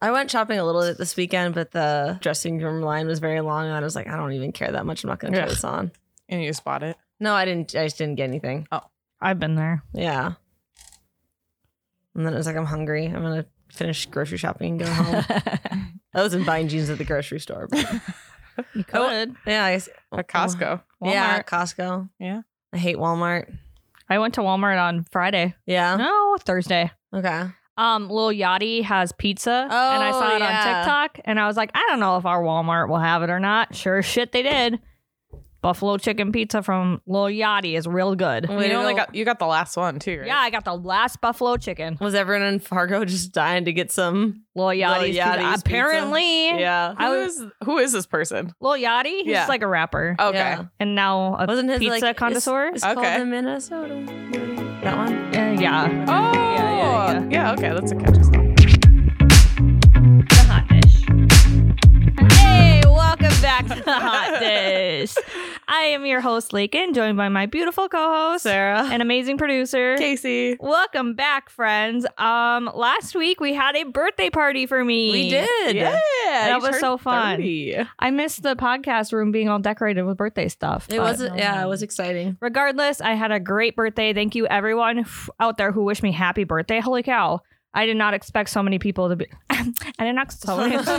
I went shopping a little bit this weekend, but the dressing room line was very long, and I was like, I don't even care that much. I'm not going to try Ugh. this on. And you just bought it. No, I didn't. I just didn't get anything. I've been there. Yeah. And then it was like, I'm hungry. I'm going to finish grocery shopping and go home. At I wasn't buying jeans at the grocery store. But You I would. Yeah. I guess. Costco. Walmart. Yeah. Costco. Yeah. I hate Walmart. I went to Walmart on Friday. Yeah. No, Thursday. Okay. Um, Lil Yachty has pizza, and I saw Oh, it yeah. on TikTok, and I was like, I don't know if our Walmart will have it or not. Sure, as shit, they did. Buffalo chicken pizza from Lil Yachty is real good. Way You to only go. got you got the last one too, Mm, right? Yeah, I got the last buffalo chicken. Was everyone in Fargo just dying to get some? Lil Yachty's, pizza. Yachty's pizza. apparently. Yeah. Who I was- is- who is this person? Lil Yachty, he's Yeah. like a rapper, Okay. Yeah. and now a Wasn't his pizza like, connoisseur. It's, it's Okay. called the Minnesota. That one. Uh, yeah, Oh. Yeah, yeah, okay, that's a catchy song. the hot dish. Hey, welcome back to the hot dish. I am your host Lakin, joined by my beautiful co-host Sarah. an amazing producer. Casey. Welcome back, friends. Um, last week we had a birthday party for me. We did. Yeah. That you was turned so fun. 30. I missed the podcast room being all decorated with birthday stuff. It but- wasn't. Yeah, it was exciting. Regardless, I had a great birthday. Thank you, everyone f- out there who wished me happy birthday. Holy cow! I did not expect so many people to be. I did not. So many- no, but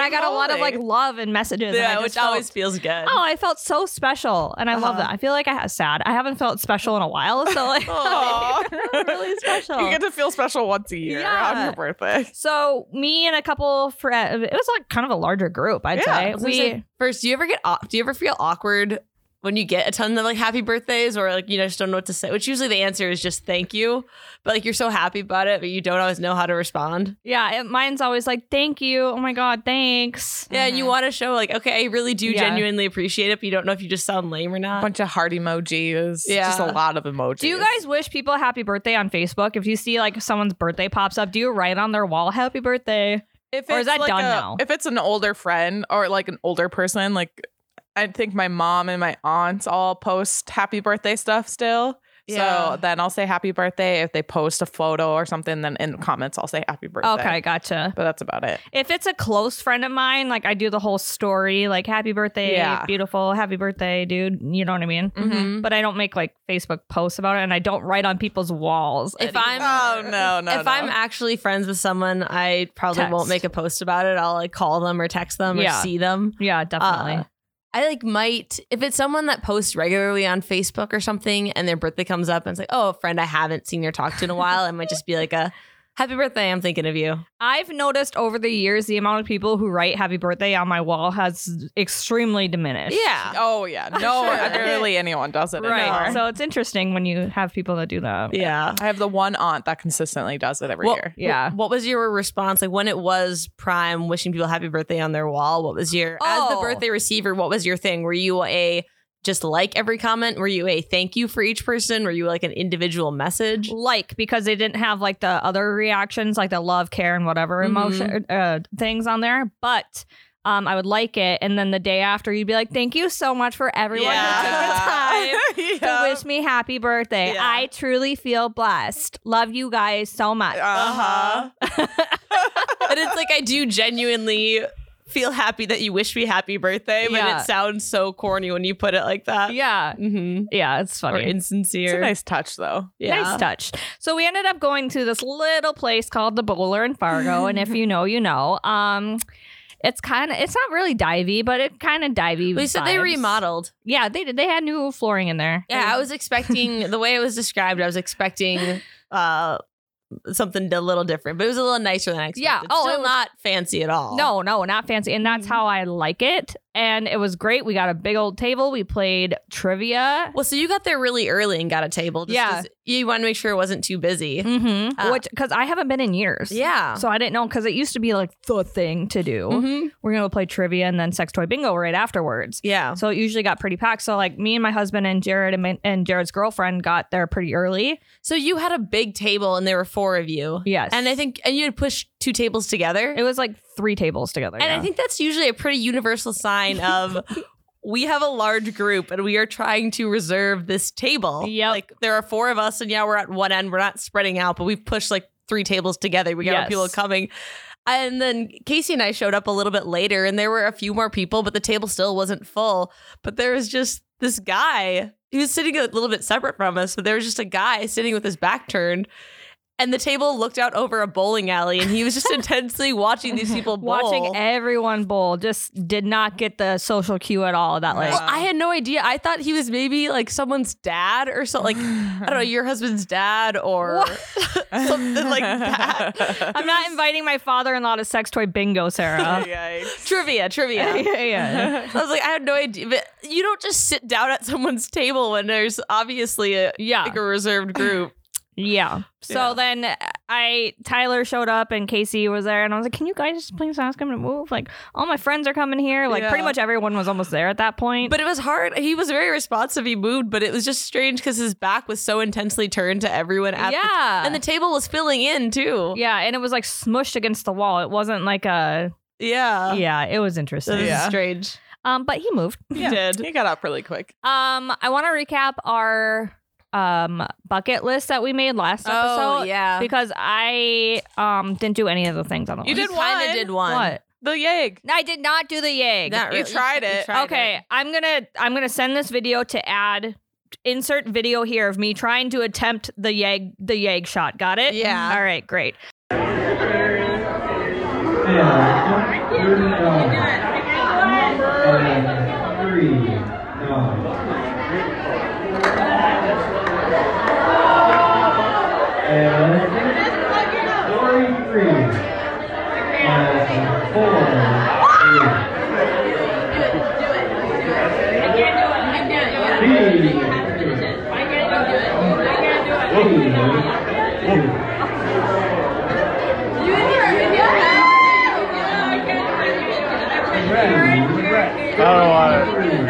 I got a lot of like love and messages. and I just felt- feels good. Oh, I felt so special, and I love Uh-huh. that. I feel like I have sad. I haven't felt special in a while, so like, Aw. really special. You get to feel special once a year on Yeah. your birthday. So me and a couple friends. It was like kind of a larger group, I'd Yeah, say. We first, do you ever get au- do you ever feel awkward when you get a ton of like happy birthdays or like you know just don't know what to say? Which usually the answer is just thank you, but like you're so happy about it, but you don't always know how to respond. yeah, it, mine's always like, "Thank you, oh my god, thanks." Yeah, and you Mhm. want to show like okay, I really do Yeah. genuinely appreciate it, but you don't know if you just sound lame or A not. bunch of heart emojis. Yeah. Just a lot of emojis. Do you guys wish people a happy birthday on Facebook? If you see like someone's birthday pops up, do you write on their wall "Happy birthday"? if or is it's that like done a- now? If it's an older friend or like an older person, like I think my mom and my aunts all post happy birthday stuff still. Yeah. So then I'll say happy birthday if they post a photo or something. Then in the comments I'll say happy birthday. Okay, gotcha. but that's about it. If it's a close friend of mine, like I do the whole story, like "Happy birthday, Yeah. beautiful, happy birthday, dude." You know what I mean? Mhm. But I don't make like Facebook posts about it, and I don't write on people's walls. If I'm- Oh no, no. if I'm actually friends with someone, I probably Text. won't make a post about it. I'll like call them or text them or Yeah. see them. yeah, definitely. Uh, I like might if it's someone that posts regularly on Facebook or something, and their birthday comes up, and it's like, oh, a friend I haven't seen or talked to in a while. It might just be like a happy birthday. I'm thinking of you. I've noticed over the years the amount of people who write happy birthday on my wall has extremely diminished. Yeah, Oh yeah, no. Sure. Barely anyone does it Uh, Right. anymore. So it's interesting when you have people that do that. yeah. I have the one aunt that consistently does it every Well, year. Yeah. What was your response like when it was Prime wishing people happy birthday on their wall? What was your as the Oh. birthday receiver? What was your thing? Were you a just like every comment? Were you a thank you for each person? Were you like an individual message? Like because they didn't have like the other reactions, like the love, care, and whatever Mhm. emotion uh, things on there. But um, I would like it, and then the day after, you'd be like, "Thank you so much for everyone who took the time." Yeah. to wish me happy birthday. Yeah. I truly feel blessed. Love you guys so much. Uh-huh. and it's like I do genuinely feel happy that you wish me happy birthday, but Yeah. it sounds so corny when you put it like that. yeah. Mm-hmm. Yeah, it's Or funny. It's insincere. a nice touch though. yeah. Nice touch. So we ended up going to this little place called the Bowler in Fargo, and if you know, you know. Um, it's kind of it's not really divey, but it kind of divey. We said they vibes. remodeled. Yeah, they did. They had new flooring in there. Yeah, I was expecting the way it was described. I was expecting uh something a little different, but it was a little nicer than I expected. Yeah. Oh, Still it was- not fancy at all. No, no, not fancy. And Mm-hmm. that's how I like it. And it was great. We got a big old table. We played trivia. Well, so you got there really early and got a table. Just Yeah. 'cause You wanted to make sure it wasn't too busy. Mm-hmm. Uh, which because I haven't been in years. Yeah. So I didn't know because it used to be like the thing to do. Mhm. We're gonna play trivia and then sex toy bingo right afterwards. Yeah. So it usually got pretty packed. So like me and my husband and Jared and, my, and Jared's girlfriend got there pretty early. So you had a big table and there were four of you. Yes, And I think and you had pushed two tables together. it was like three tables together. And yeah. I think that's usually a pretty universal sign of we have a large group and we are trying to reserve this table. Yep. Like there are four of us and yeah, we're at one end. We're not spreading out, but we've pushed like three tables together. We got Yes. people coming. And then Casey and I showed up a little bit later, and there were a few more people, but the table still wasn't full. But there was just this guy. He was sitting a little bit separate from us, but there was just a guy sitting with his back turned. And the table looked out over a bowling alley, and he was just intensely watching these people bowl. Watching everyone bowl just did not get the social cue at all. That like Well, I had no idea. I thought he was maybe like someone's dad or something. Like I don't know, your husband's dad or something like that. I'm not inviting my father-in-law to sex toy bingo, Sarah. Yikes. Trivia, trivia. yeah, yeah. I was like, I had no idea, but you don't just sit down at someone's table when there's obviously a Yeah. like a reserved group. Yeah. So then I Tyler showed up and Casey was there and I was like, "Can you guys just please ask him to move? Like all my friends are coming here. Like pretty Yeah. much everyone was almost there at that point." But it was hard. He was very responsive. He moved, but it was just strange because his back was so intensely turned to everyone at the yeah. and the table was filling in too. yeah, and it was like smushed against the wall. It wasn't like a Yeah. Yeah, it was So interesting. this Yeah. is strange. Um but he moved. He did. He got up really quick. Um I want to recap our um bucket list that we made last Oh, episode yeah. because I um didn't do any of the things on the You list. did You kind one. of did one. What? The yeg. I did not do the yeg. Not You really. tried it. okay i'm gonna i'm gonna send this video to add insert video here of me trying to attempt the yag the yag shot got it Yeah. all right great Yeah. Thirty dollars. Three dollars. And forty-three. And four. Do it. Do it. I can't do it. I can't do it. I can't do it. I can't do it. I don't want it.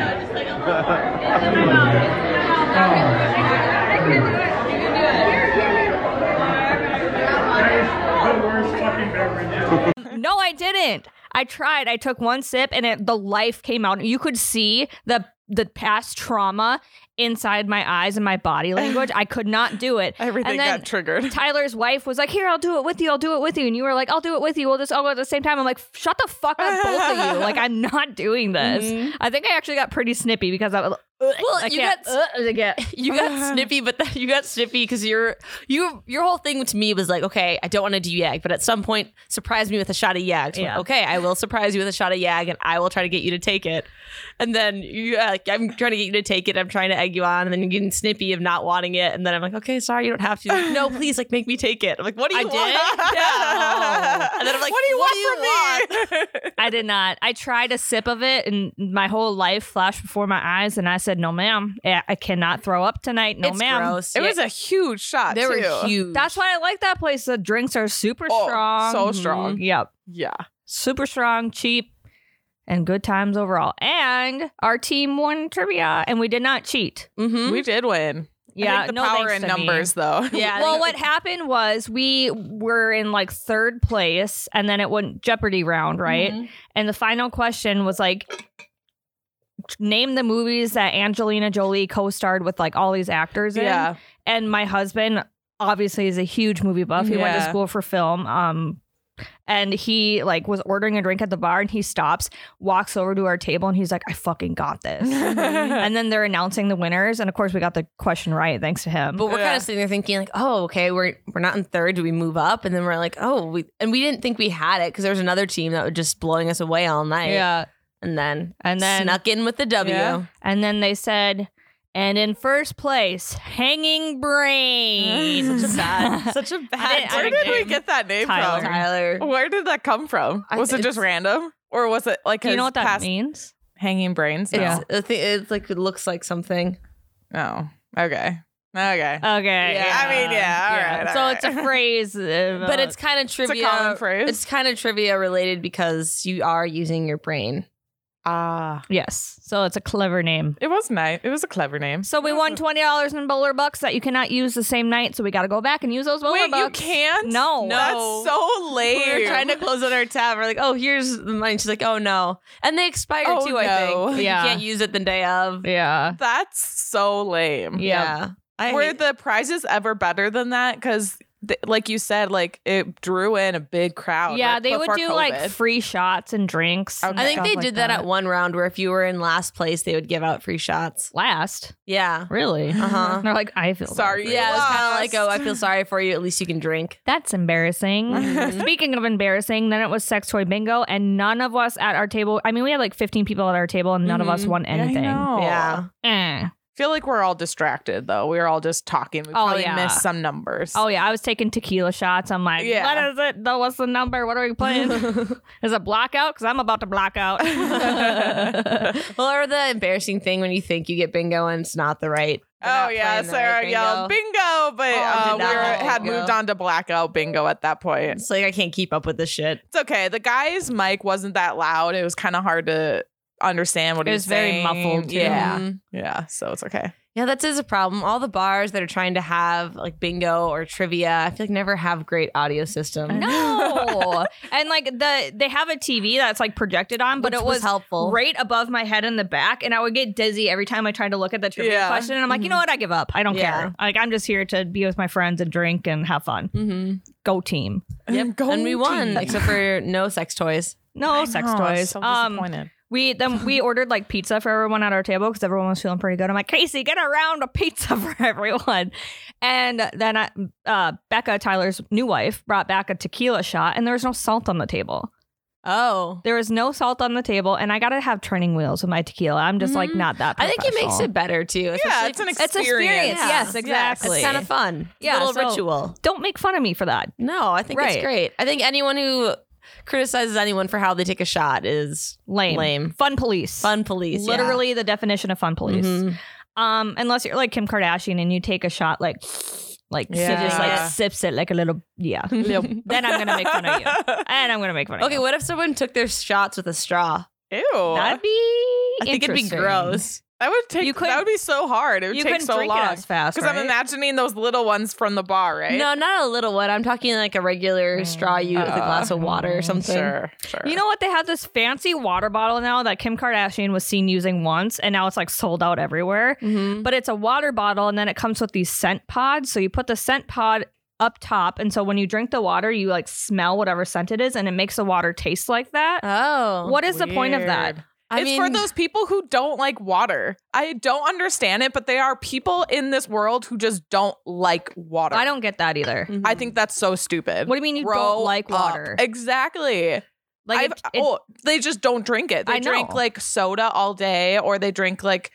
The worst fucking beverage. no i didn't i tried i took one sip and it, the life came out you could see the the past trauma inside my eyes and my body language i could not do it Everything and then got triggered. Tyler's wife was like, "Here, I'll do it with you. I'll do it with you." And you were like, "I'll do it with you. We'll just all go at the same time." I'm like, "Shut the fuck up, both of you! Like, I'm not doing this." I think I actually got pretty snippy because I was. Well, I you can't- uh. got you got snippy, but then you got snippy because your you your whole thing to me was like, okay, I don't want to do yag, but at some point, surprise me with a shot of yag. So, Yeah. Okay, I will surprise you with a shot of yag, and I will try to get you to take it. And then you, uh, like, I'm trying to get you to take it. I'm trying to egg you on, and then you're getting snippy of not wanting it. And then I'm like, okay, sorry, you don't have to. Like, no, please, like make me take it. I'm like, what do you I want? did? Yeah. And then I'm like, what do you what want do you from me? I did not. I tried a sip of it, and my whole life flashed before my eyes. And I said, "No, ma'am. I I cannot throw up tonight. No, It's ma'am." gross. It Yeah. was a huge shot. they were too. huge. That's why I like that place. The drinks are super Oh, strong, so strong. Mhm. Yep. Yeah. super strong, cheap, and good times overall. And our team won trivia, and we did not cheat. Mm-hmm. We did win. Yeah, I think the no power thanks in to me. numbers, though. Yeah. I well, think- what happened was we were in like third place, and then it went Jeopardy round, right? And the final question was like, name the movies that Angelina Jolie co-starred with like all these actors in. Yeah. And my husband obviously is a huge movie buff. He went to Yeah. school for film. Um, and he like was ordering a drink at the bar, and he stops, walks over to our table, and he's like, "I fucking got this." and then they're announcing the winners, and of course we got the question right thanks to him. But we're kind Yeah. of sitting there thinking like, oh, okay, we're we're not in third. Do we move up? And then we're like, oh, we and we didn't think we had it because there was another team that was just blowing us away all night. yeah. and then And then snuck in with the W. Yeah. And then they said, and in first place, Hanging Brain. Such a bad, such a bad. I Where didn't did name. we get that name Tyler. Tyler? from? Where did that come from? I- was it it's- just random, or was it like Do you his know what that past means? hanging brains? It's, No. I think it's like it looks like something. No. Okay. Okay. Uh, Okay. Yeah, I mean, yeah, all right, all so right. it's a phrase. uh, But it's kind of trivia. common phrase. It's kind of trivia related because you are using your brain. Ah. yes. So it's a clever name. it was nice. It was a clever name. So we won twenty dollars in bowler bucks that you cannot use the same night. So we got to go back and use those bowler Wait, you bucks. can't? No. That's No. so lame. We were trying to close out our tab. We're like, oh, here's mine. She's like, oh no, and they expired Oh, too. I no. think Yeah. you can't use it the day of. Yeah. That's so lame. Yeah. I Were hate- the prizes ever better than that? Because th- like you said, like it drew in a big crowd. yeah, right they would before do COVID. like free shots and drinks. and Okay. I think stuff they like did that, at one round where if you were in last place, they would give out free shots. last. Yeah. Really? Uh-huh. They're like, I feel bad Sorry, for you. Yeah, it was kind of Lost. like, oh, I feel sorry for you. At least you can drink. That's Mm-hmm. embarrassing. Speaking of embarrassing, then it was sex toy bingo, and none of us at our table. I mean, we had like 15 people at our table, and none of us Mhm. won Yeah, I anything. know. Yeah. Eh. Feel like we're all distracted though. We were all just talking. We Oh, probably yeah. missed some numbers. Oh yeah, I was taking tequila shots. I'm like, Yeah. what is it? Though, What's the number? What are we playing? is it blackout? Because I'm about to black out. well, or the embarrassing thing when you think you get bingo and it's not the right. they're Oh not yeah, playing the Sarah right yelled bingo. bingo, but Oh, I uh, did we not were, yell had bingo. moved on to blackout bingo at that point. Mm. It's like I can't keep up with this shit. It's okay. The guy's mic wasn't that loud. It was kind of hard to understand what It he was very saying. muffled, too. Yeah, Mhm. yeah. So it's okay. Yeah, that is a problem. All the bars that are trying to have like bingo or trivia, I feel like never have great audio system. no, and like the they have a TV that's like projected on, but Which it was, helpful. right above my head in the back, and I would get dizzy every time I tried to look at the trivia Yeah. question. And I'm like, you know what? I give up. I don't Mm-hmm. Yeah. care. Like I'm just here to be with my friends and drink and have fun. hmm Go team. Yep. Go and we won, team. except for no sex toys. No sex Oh, I'm toys. So um, disappointed. we then we ordered like pizza for everyone at our table because everyone was feeling pretty good. I'm like, Casey, get a round of pizza for everyone. And then I, uh, Becca, Tyler's new wife, brought back a tequila shot, and there was no salt on the table. Oh. There was no salt on the table, and I gotta have turning wheels with my tequila. I'm just like Mhm. not that. I think it makes professional. it better too. yeah, especially it's an if experience. it's experience. Yeah. Yes, Yes. exactly. It's kind of fun. Yeah, Yeah, a little so- ritual. Don't make fun of me for that. No, I think Right. it's great. I think anyone who criticizes anyone for how they take a shot is Lame. Lame. Fun police. fun police. yeah. Literally the definition of fun police. Mhm. Um, unless you're like Kim Kardashian and you take a shot like, like she Yeah. just like sips it like a little yeah. then I'm gonna make fun of you, and I'm gonna make fun of Okay, you. what if someone took their shots with a straw? Um, Ew. that'd be. I think it'd be interesting. gross. That would take. You couldn't- that would be so hard. It would You take couldn't so drink long. it as fast. Because Right? I'm imagining those little ones from the bar, right? No, not a little one. I'm talking like a regular straw you with a glass of water or something. Uh, mm, Sure, sure. You know what? They have this fancy water bottle now that Kim Kardashian was seen using once, and now it's like sold out everywhere. Mhm. But it's a water bottle, and then it comes with these scent pods. So you put the scent pod up top, and so when you drink the water, you like smell whatever scent it is, and it makes the water taste like that. Oh, what is the point of that? Weird. I it's mean, for those people who don't like water. I don't understand it, but there are people in this world who just don't like water. I don't get that either. Mhm. I think that's so stupid. What do you mean you Grow don't like up. water? Exactly. Like I've, it, it- oh, they just don't drink it. They I drink know. like soda all day, or they drink like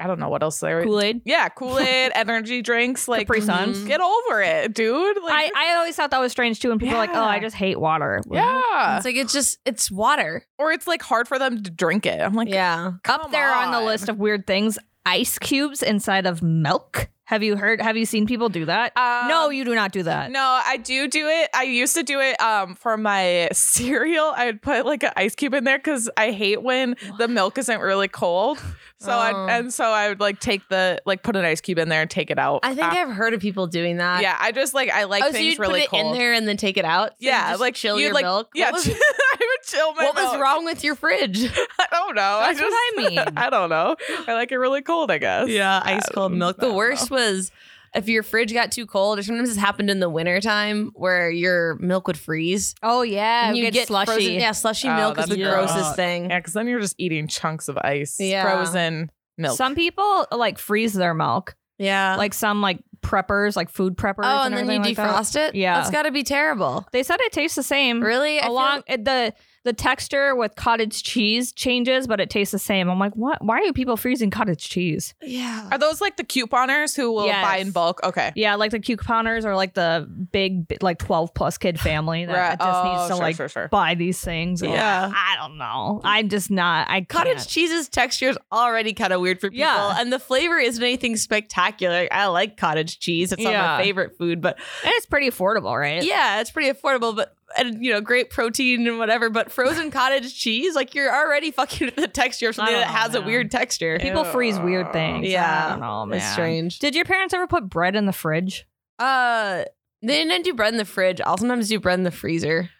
I don't know what else they Kool-Aid. Yeah, Kool Aid, energy drinks. Like Capri Suns. mm-hmm. Get over it, dude. Like, I, I always thought that was strange too, and people are like, "Oh, Yeah. I just hate water." yeah. it's like it's just it's water. or it's like hard for them to drink it. I'm like, Yeah, up there on. the list of weird things, ice cubes inside of milk. Have you heard? Have you seen people do that? Um, no, you do not do that. No, I do do it. I used to do it um, for my cereal. I would put like an ice cube in there because I hate when the milk isn't really cold. So Oh. I and so I would like take the like put an ice cube in there and take it out. I think af- I've heard of people doing that. yeah. I just like I like oh, so things you'd really put it cold. in there and then take it out. So you yeah, just like chill you'd, your like, milk. Yeah, what was, I would chill my what was milk. wrong with your fridge? I don't know. That's I what just, I mean. I don't know. I like it really cold. I guess. Um, ice cold milk. The worst was if your fridge got too cold, or sometimes this happened in the wintertime where your milk would freeze. Oh yeah, and you get, slushy. frozen- yeah, slushy Oh, milk is that's the gross. grossest thing. Yeah, because then you're just eating chunks of ice, Yeah. frozen milk. Some people like freeze their milk, Yeah. like some like preppers, like food preppers. Uh-huh. oh, and, then you everything like that. defrost it? Yeah. Mm-hmm. That's got to be terrible. They said it tastes the same. Really? I feel- Along it- the the texture with cottage cheese changes, but it tastes the same. I'm like, what? Why are people freezing cottage cheese? yeah. Are those like the couponers who will buy in Yes. bulk? Okay. Yeah, like the couponers or like the big, bi- like twelve plus kid family that Right. just Oh, needs to sure, like sure, sure. buy these things. and- Yeah. I don't know. I'm just not. I Cottage can't. cheese's texture is already kind of weird for people, Yeah. and the flavor isn't anything spectacular. I like cottage cheese; it's not Yeah. my favorite food, but And it's pretty affordable, right? yeah, it's pretty affordable. But and you know, great protein and whatever. But frozen cottage cheese, like you're already fucking with the texture of something I that don't know, has a man. weird texture. People freeze weird things. Yeah. I don't know, man. It's strange. Did your parents ever put bread in the fridge? Uh, they didn't do bread in the fridge. I'll sometimes do bread in the freezer.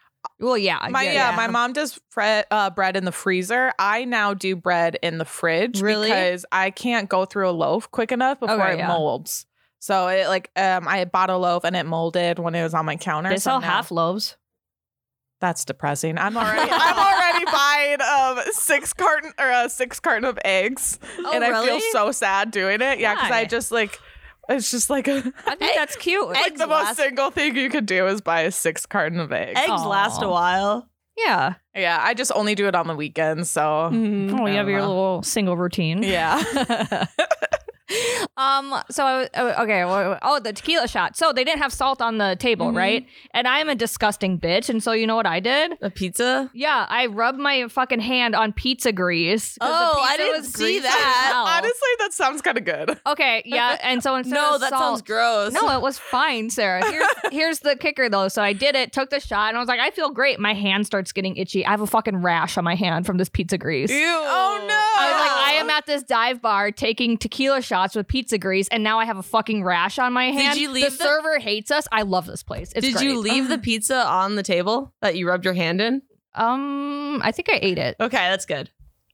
Well, yeah. My yeah, Yeah. my mom does fre- uh, bread in the freezer. I now do bread in the fridge Really? because I can't go through a loaf quick enough before Okay, it yeah. molds. So it like um I bought a loaf and it molded when it was on my counter. They so sell now- half loaves. That's depressing. I'm already I'm already buying um six carton or uh, six carton of eggs, Oh, and I feel really? so sad doing it. Yeah, because Why? I just like it's just like a, I think Egg- that's cute. egg- the last- most single thing you could do is buy a six carton of eggs. Eggs last a Aw. while. Yeah. Yeah, I just only do it on the weekends. So Oh, you have your Uh-huh. little single routine. yeah, Um. So I was- oh, okay. well, Oh, the tequila shot. So they didn't have salt on the table, Mm-hmm. right? And I'm a disgusting bitch, and so you know what I did? A pizza? Yeah, I rubbed my fucking hand on pizza grease. 'cause the Oh, I pizza didn't was see greasy as that. hell. honestly, that sounds kind of good. Okay. Yeah. And so instead no, of that salt, sounds gross. No, it was fine, Sarah. Here's, here's the kicker, though. So I did it, took the shot, and I was like, I feel great. My hand starts getting itchy. I have a fucking rash on my hand from this pizza grease. Ew. Oh no! I was like, I am Oh. at this dive bar taking tequila shots with pizza grease, and now I have a fucking rash on my hand. you leave the, the- server hates us. I love this place. It's Did great. you leave the pizza on the table that you rubbed your hand in? Um, I think I ate it. Okay, that's good.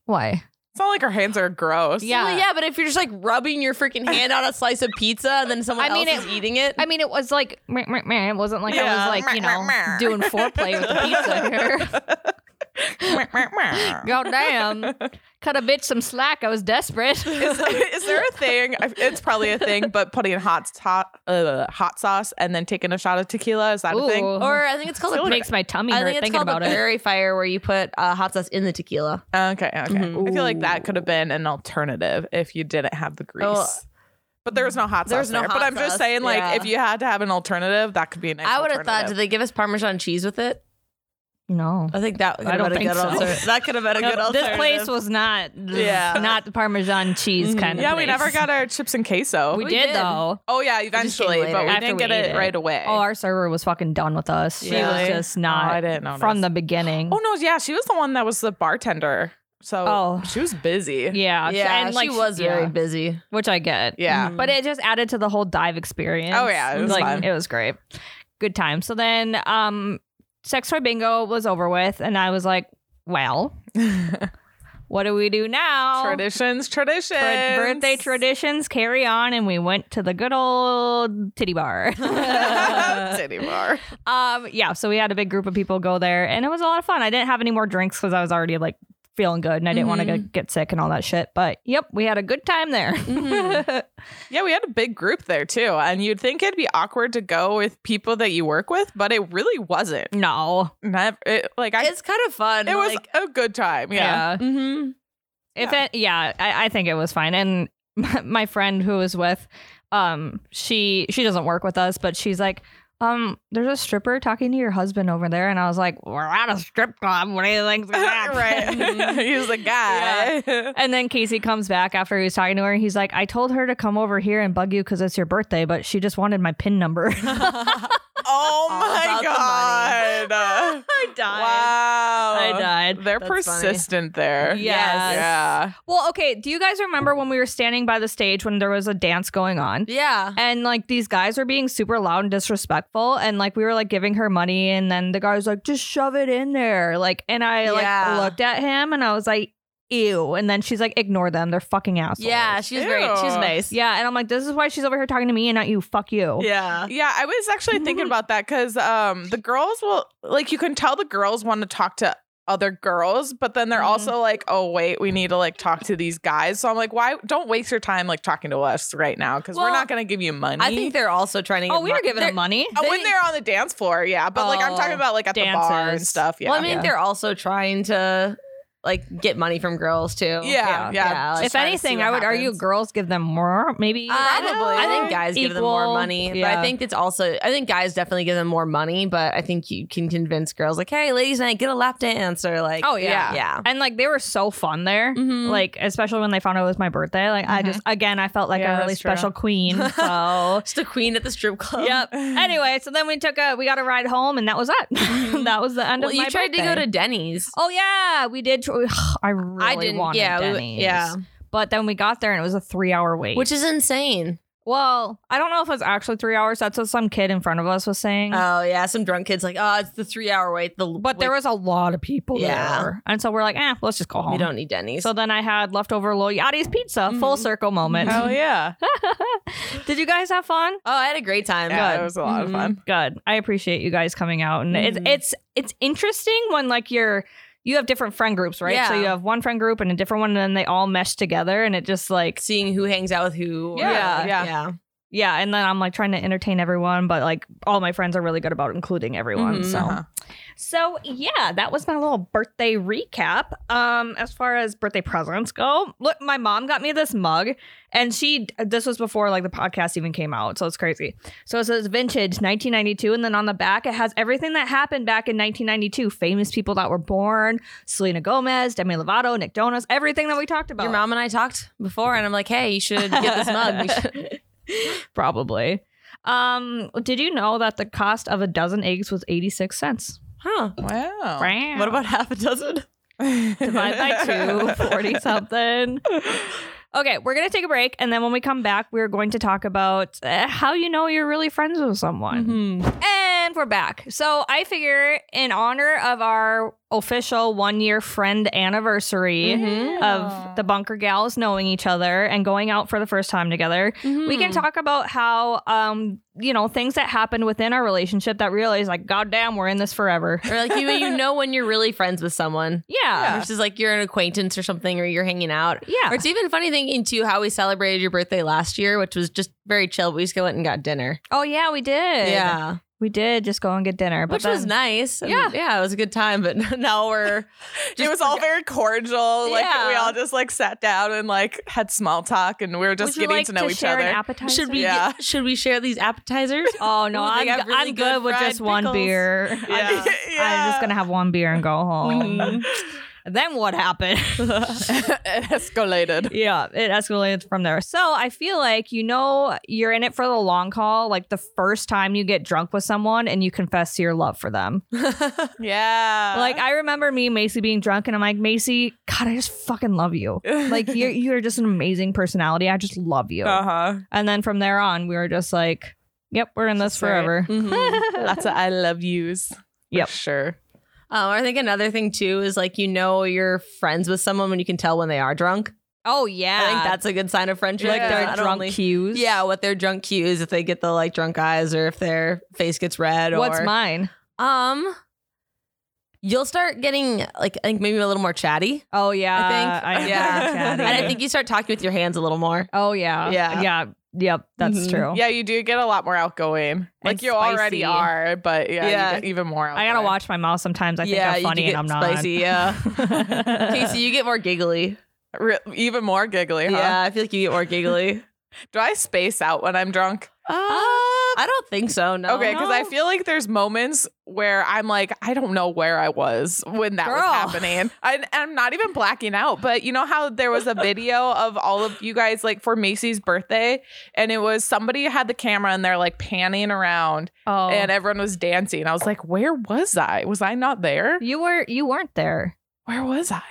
Why? It's not like our hands are gross. Yeah. Well, yeah, but if you're just like rubbing your freaking hand on a slice of pizza and then someone I mean, else is eating it, I mean, it was like meh, meh, meh. it wasn't like Yeah. I was like you Meh, know meh, meh. doing foreplay with the pizza here. Is, God damn, cut a bitch some slack. I was desperate. is there a thing? It's probably a thing, but putting hot hot uh, hot sauce and then taking a shot of tequila is that a thing? Ooh. or I think it's called It a makes my tummy I hurt think it's thinking called about a it. prairie fire where you put uh, hot sauce in the tequila. Okay, okay. Mhm. I feel like that could have been an alternative if you didn't have the grease. Oh. but there was no hot sauce. There was no there. hot but I'm just sauce, saying, like, yeah. if you had to have an alternative, that could be a nice. I would have thought, did alternative. they give us Parmesan cheese with it? No. I think that could I have don't been a think good so. alternative. That could have been a good No, this alternative. place was not Yeah. not the Parmesan cheese Mhm. kind of Yeah, we place. never got our chips and queso. We, We did, did. though. oh just yeah, came eventually, but later. we After didn't we get ate it, it. right away. Oh, our server was fucking done with us. She was Really? just Oh, not I didn't know from the beginning. Oh no, yeah, she was the one that was the bartender. So Oh. she was busy. Yeah, yeah, and like she was yeah, very Mm-hmm. busy. which I get. Yeah. but it just added to the whole dive experience. Oh, yeah, it was like fun. it was great, good time. So then, um, sex toy bingo was over with, and I was like, well, what do we do now? Traditions, traditions. Tra- birthday traditions carry on, and we went to the good old titty bar. Titty bar. um, yeah, so we had a big group of people go there, and it was a lot of fun. I didn't have any more drinks because I was already like feeling good, and I didn't want Mm-hmm. to get sick and all that shit. But yep, we had a good time there. Mm. Yeah, we had a big group there too. And you'd think it'd be awkward to go with people that you work with, but it really wasn't. no, Never, it, like I it's kind of fun. it was like, a good time. Yeah. mm-hmm. mhm. If it, yeah, I, I think it was fine. And my, my friend who was with, um, she she doesn't work with us, but she's like, um, there's a stripper talking to your husband over there, and I was like, we're at a strip club. What do you think's gonna happen? Mm-hmm. right. he was a guy. And then Casey comes back after he was talking to her. and He's like, I told her to come over here and bug you because it's your birthday, but she just wanted my pin number. Oh about my the god. I died. Wow. I died. They're That's funny. persistent there. Yes. Yeah. well, okay. Do you guys remember when we were standing by the stage when there was a dance going on? Yeah. And like these guys were being super loud and disrespectful, and like we were like giving her money, and then the guy was like, "Just shove it in there," like, and I Yeah. like looked at him, and I was like, "Ew!" And then she's like, "Ignore them, they're fucking assholes." Yeah, she was very she was Ew. nice. yeah, and I'm like, "This is why she's over here talking to me and not you. Fuck you." Yeah. Yeah, I was actually Mm-hmm. thinking about that because um, the girls will like you can tell the girls want to talk to other girls, but then Mm-hmm. they're also like, oh wait, we need to like talk to these guys. So I'm like, why don't waste your time like talking to us right now because we're Well, not gonna give you money. I think they're also trying to. Oh, get we were mon- giving they're- them money. Uh, when they're on the dance floor, yeah. But like I'm talking Oh, about like at the bar and dances. stuff. Yeah. Well, I mean, they're also trying to like get money from girls too. Yeah. yeah, yeah. like, if trying to see anything, what I would argue happens. Uh, girls give them more, maybe. I don't- Probably. I think guys give them more Equal. money, but Yeah. I think it's also. I think guys definitely give them more money, but I think you can convince girls like, "Hey, ladies' night, get a lap dance," or like, Oh, yeah. yeah, and like they were so fun there, Mhm. like especially when they found out it was my birday. Like Mm-hmm. I just again, I felt like Yeah, a really that's true. special queen. So just a queen at the strip club." yep. Anyway, so then we took a we got a ride home, and that was it. that was the Mm-hmm. end Well, of my you tried to birthday. go to Denny's. Oh yeah, we did. tr- I really didn't- wanted yeah, we- Denny's. yeah. But then we got there and it was a three hour wait, Which is insane. Well, I don't know if it was actually three hours. That's what some kid in front of us was saying. Oh yeah, some drunk kids like, oh, it's the three hour wait. The but there was a lot of people Yeah. there, and so we're like, eh, let's just go home. we don't Mm-hmm. need Denny's. So then I had leftover Lil Yachty's pizza, full circle moment. Hell yeah. Did you guys have fun? oh, I had a great time. yeah, Good. it was a lot of Mm-hmm. Mhm. fun. Good. I appreciate you guys coming out, and it's Mhm. it's it's interesting when like you're you have different friend groups, right? So Yeah. you have one friend group and a different one, and then they all mesh together, and it just like Seeing who hangs out with who. or- Yeah, yeah. yeah. yeah. And then I'm like trying to entertain everyone, but like all my friends are really good about including everyone. Mhm. So. Uh-huh. So yeah, that was my little birthday recap. Um, as far as birthday presents go, look, my mom got me this mug, and she this was before like the podcast even came out, so it's crazy. So it says vintage 1992, and then on the back it has everything that happened back in 1992, famous people that were born, Selena Gomez, Demi Lovato, Nick Jonas, everything that we talked about. Your mom and I talked before, and I'm like, hey, you should get this mug. We should- probably. Um, did you know that the cost of a dozen eggs was 86 cents? Huh? Wow. Right. What about half a dozen? divide by two, 40 something. Okay, we're going to take a break. And then when we come back, we're going to talk about uh, how you know you're really friends with someone. Mm-hmm. And we're back. So I figure, in honor of our official one year friend anniversary Mhm. of the Bunker Gals knowing each other and going out for the first time together, we can talk about how, um, you know, things that happened within our relationship that realized, like, goddamn, we're in this forever. Or like you, you know when you're really friends with someone Yeah. versus like you're an acquaintance or something, or you're hanging out. Yeah. Or it's even funny thinking too how we celebrated your birthday last year, which was just very chill. We just went and got dinner. Oh, yeah, we did. We did just go and get dinner, but which was then- nice. And Yeah. yeah, it was a good time. But now we're it was all very cordial. Like we Yeah. all just like sat down and like had small talk, and we were just Would you getting like to know each share An other. appetizer? should we Yeah. get, should we share these appetizers? Oh no, Ooh, they I'm, got really I'm good, good with fried just one pickles. beer. I'm Yeah. just- I'm, just, Yeah. gonna have one beer and go home. then what happened? it escalated. yeah, it escalated from there. So I feel like you know you're in it for the long haul. Like the first time you get drunk with someone and you confess your love for them. Yeah. Like I remember me and Macy being drunk, and I'm like, Macy, God, I just fucking love you. Like you're you're just an amazing personality. I just love you. Uh huh. And then from there on, we were just like, yep, we're in this That's right. Mm. forever. Mm-hmm. Lots of I love yous. for Yep. Sure. Um, I think another thing too is like you know you're friends with someone when you can tell when they are drunk. Oh, yeah. I think that's a good sign of friendship. like Yeah. their Not drunk only- cues. Yeah, what their drunk cues if they get the like drunk eyes or if their face gets red or What's mine? um you'll start getting like I think maybe a little more chatty. Oh, yeah. I think am yeah. chatty. and I think you start talking with your hands a little more. Oh, yeah. Yeah. Yeah. Yep. That's Mhm. true. Mm-hmm. Yeah, you do get a lot more outgoing. Like And you already spicy. are, but yeah, Yeah. you get even more. I Outgoing. gotta watch my mouth sometimes. I think yeah, I'm you funny do and I'm get not. spicy. Yeah, Casey, you get more giggly. Re- even more giggly. Huh? Yeah, I feel like you get more giggly. Do I space out when I'm drunk? Uh, I don't think so. No. okay, because I feel like there's moments where I'm like, I don't know where I was when that was Girl. happening. I, and I'm not even blacking out, but you know how there was a video of all of you guys like for Macy's birthday, and it was somebody had the camera and they're like panning around, Oh. and everyone was dancing. I was like, where was I? Was I not there? you were you weren't there. Where was I?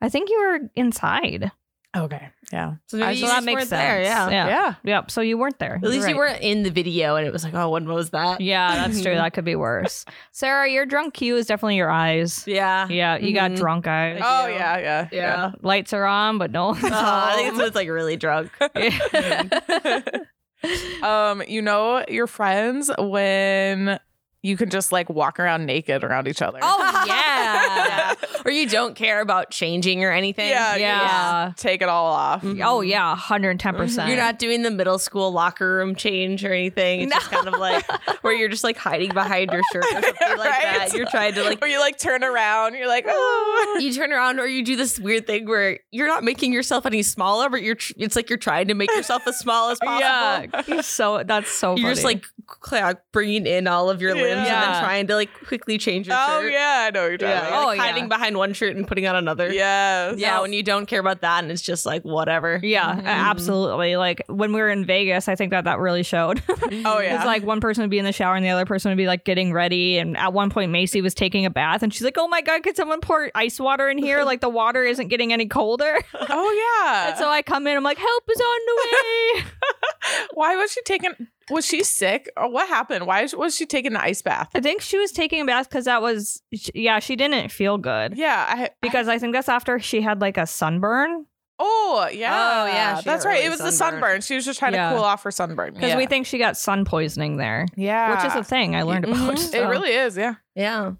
I think you were inside. Okay, yeah, So maybe I- you so just that makes weren't sense. There, yeah. yeah. yeah. Yep. So you weren't there. At least You're you right. weren't in the video, and it was like, oh, when was that? Yeah, that's true. That could be worse. Sarah, your drunk cue is definitely your eyes. Yeah. Yeah, you got Mhm. drunk eyes. Oh do. yeah, yeah, Yeah. Lights are on, but no. Oh, I think it's when it's like really drunk. Um, you know your friends when you can just like walk around naked around each other. oh yeah. Yeah. or you don't care about changing or anything. Yeah, yeah. take it all off. Mhm. Oh yeah, 110%. Mm-hmm. You're not doing the middle school locker room change or anything. It's just kind of like where you're just like hiding behind your shirt or something Mm, like that. Right. You're trying to like Or you like turn around, you're like, oh, you turn around or you do this weird thing where you're not making yourself any smaller, but you're tr- it's like you're trying to make yourself as small as possible. Yeah. So that's so funny. You're just like cl- uh, bringing in all of your limbs and Yeah. then trying to like quickly change your oh shirt. yeah, I know what you're Yeah, like, talking about. Oh, yeah. hiding behind one shirt and putting on another. yes. yeah. When you don't care about that and it's just like whatever. yeah, a- absolutely. Like when we were in Vegas, I think that that really showed. Oh yeah. It's like one person would be in the shower and the other person would be like getting ready. And at one point, Macy was taking a bath and she's like, "Oh my god, could someone pour ice water in here? Like the water isn't getting any colder." oh yeah. And so I come in, I'm like, "Help is on the way." Why was she taking? Was she sick or what happened? Why was she taking an ice bath? I think she was taking a bath because that was, sh- yeah, she didn't feel good Yeah, I, because I think that's after she had like a sunburn Oh yeah, Oh, yeah, she That's got right. really it was the sunburned. sunburn. She was just trying Yeah. to cool off her sunburn. because yeah. we think she got sun poisoning there, yeah, which is a thing I learned about. Mhm. Ah. Mm-hmm. It so. really is. Yeah, Yeah.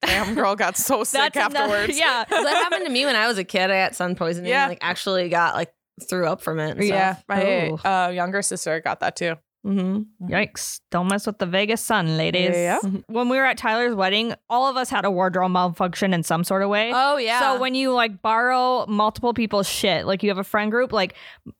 damn girl got so sick that's another- afterwards. yeah. 'Cause that happened to me when I was a kid. I got sun poisoning. Yeah. And, like actually got like threw up from it. And yeah. My Ooh. uh, younger sister got that too. Mm-hmm. Yikes. Don't mess with the Vegas sun, ladies. Yeah. Mm-hmm. When we were at Tyler's wedding, all of us had a wardrobe malfunction in some sort of way. Oh yeah. So when you like borrow multiple people's shit, like you have a friend group, like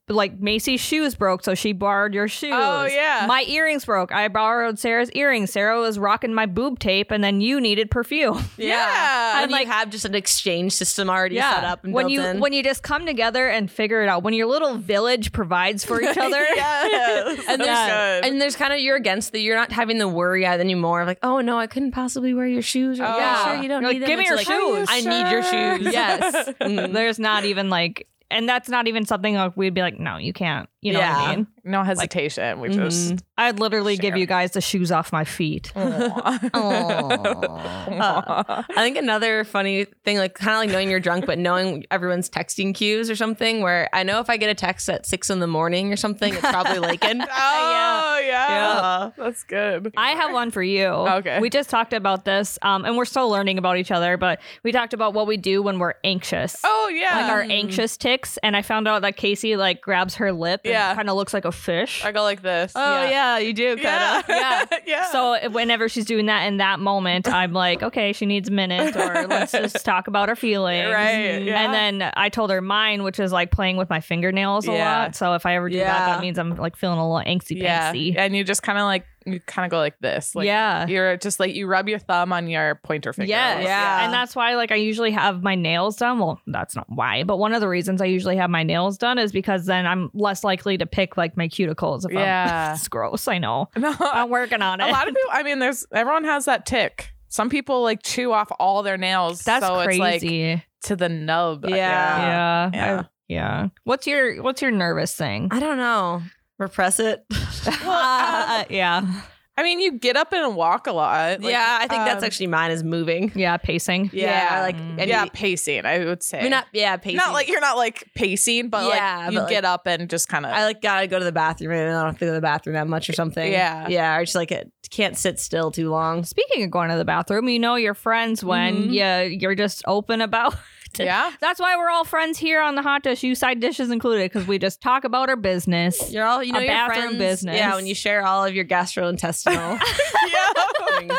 like Macy's shoes broke, so she borrowed your shoes. Oh, yeah. My earrings broke. I borrowed Sarah's earrings. Sarah was rocking my boob tape, and then you needed perfume. And Yeah. I'm you like- have just an exchange system already set up and when built you in. when you just come together and figure it out. When your little village provides for each other. Yes. and So there's, good. and there's kind of you're against that you're not having the worry out anymore of like oh no I couldn't possibly wear your shoes or, Oh. yeah Yeah. sure you don't You're need like, them "Give me your It's like, I shoes. need your Sure. shoes yes Mm-hmm. Mhm. There's not even like, and that's not even something like we'd be like, no, you can't. You know what Yeah. I mean? no hesitation. we just. I'd literally give Sure. Mm. you guys the shoes off my feet. Aw. Aw. I think another funny thing, like kind of like knowing you're drunk, but knowing everyone's texting cues or something. Where I know if I get a text at six in the morning or something, it's probably Lakin. Oh yeah. That's good. I have one for you. Okay. We just talked about this, um, and we're still learning about each other, but we talked about what we do when we're anxious. Oh yeah. Like our anxious ticks, and I found out that Casey like grabs her lip and Yeah. kind of looks like a fish. I go like this. Oh yeah, you do. Yeah. Kinda. Yeah. yeah. So whenever she's doing that in that moment, I'm like, okay, she needs a minute, or let's just talk about her feelings. Right, yeah. And then I told her mine, which is like playing with my fingernails a Yeah. lot. So if I ever do that, Yeah. that means I'm like feeling a little angsty yeah. pantsy. And you just kind of like you kind of go like this. Like, yeah. You're just like you rub your thumb on your pointer finger. Yes. Yeah. And that's why, like, I usually have my nails done. Well, that's not why, but one of the reasons I usually have my nails done is because then I'm less likely to pick like my cuticles. If Yeah. I'm, it's gross. I know. No, I'm working on it. a lot of people. I mean, there's everyone has that tick. Some people like chew off all their nails. that's so It's like crazy. to the nub. Yeah. yeah. yeah. I- Yeah. yeah. What's your What's your nervous thing? I don't know. Repress it. Uh, yeah. I mean, you get up and walk a lot. like, yeah, I think that's um, actually mine is moving. Yeah. Pacing. Yeah, Yeah. like Mm. and yeah, you- pacing. I would say I mean, not yeah, pacing. Not like you're not like pacing, but Yeah, like you but, get up and just kind of. I like gotta go to the bathroom and I don't have to go to the bathroom that much or something. Yeah. yeah, or just like it can't sit still too long. Speaking of going to the bathroom, you know your friends when you you're just open about. yeah. That's why we're all friends here on the hot dish, you side dishes included, because we just talk about our business. You're all you A know your bathroom friends- business. Yeah, when you share all of your gastrointestinal. yeah. things.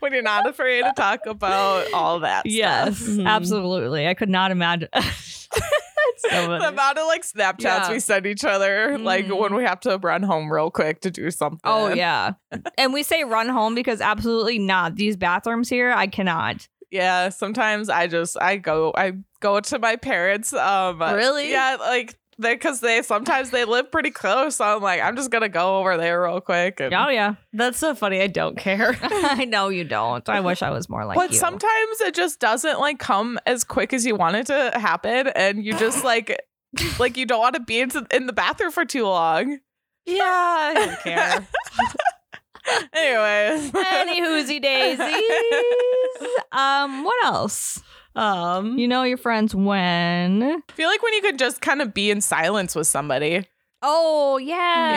when you're not afraid to talk about all that. Yes, Stuff. Mhm. absolutely. I could not imagine. The amount of like Snapchats Yeah. we send each other, like Mhm. Mm-hmm. when we have to run home real quick to do something. oh yeah, and we say run home because absolutely not. These bathrooms here, I cannot. Yeah, sometimes I just I go I go to my parents. Um Really? Yeah, like they cause they sometimes they live pretty close. So I'm like, I'm just gonna go over there real quick. And, Oh yeah, That's so funny. I don't care. I know you don't. I wish I was more like but you. sometimes it just doesn't like come as quick as you want it to happen and you just like like you don't want to be in, in the bathroom for too long. yeah, I don't care. Anyways. Any hoozy daisies. um, what else? Um, You know your friends when? I feel like when you could just kind of be in silence with somebody. Oh yeah.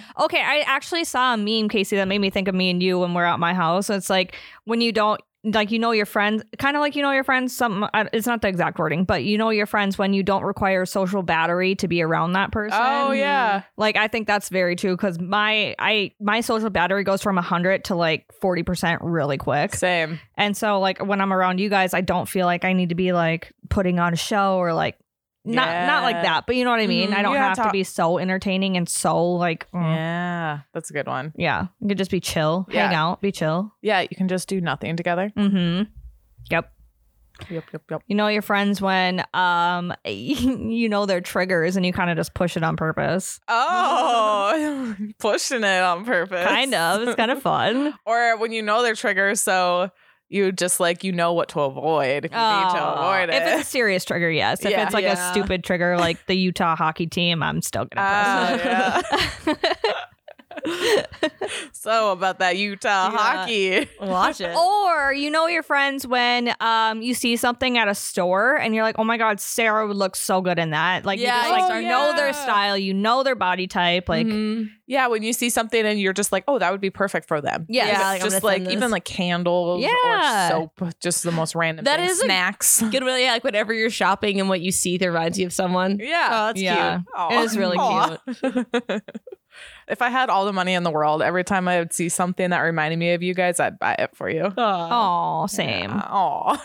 Yeah. Okay, I actually saw a meme, Casey, that made me think of me and you when we're at my house. It's like when you don't like you know your friends, kind of like you know your friends. Some I- it's not the exact wording, but you know your friends when you don't require social battery to be around that person. Oh yeah. Like I think that's very true because my I my social battery goes from hundred to like forty percent really quick. Same. And so like when I'm around you guys, I don't feel like I need to be like putting on a show or like not not like Yeah. that, but you know what I mean? Mhm. I don't You have have to, to- be so entertaining and so like mm, yeah. Yeah. That's a good one. You could just be chill, hang out, be chill. Yeah, you can just do nothing together. Mhm. Yep. Yep, yep, yep. You know your friends when um you know their triggers and you kind of just push it on purpose. Oh, pushing it on purpose. Kind of. It's kind of fun. Or when you know their triggers, so you just like you know what to avoid if you need to Oh, avoid If it's it. a serious trigger, yes. If Yeah. it's like Yeah. a stupid trigger, like the Utah hockey team, I'm still gonna press. Ah, yeah. so about that Yeah. Utah hockey. Watch it. Or you know your friends when um you see something at a store and you're like, oh my god, Sarah would look so good in that. Like Yeah, you just you like start- know Yeah. their style, you know their body type. Like Mhm. Yeah, when you see something and you're just like, oh, that would be perfect for them. Yes. Yeah, like, I'm just gonna like send this. even like candles Yeah. or soap, just the most random. That That is is a- snacks. Good, really. Yeah, like whenever you're shopping and what you see that reminds you of someone. Yeah. Oh, that's Yeah. cute. It is really cute. if I had all the money in the world, every time I would see something that reminded me of you guys, I'd buy it for you. Oh, same. Oh,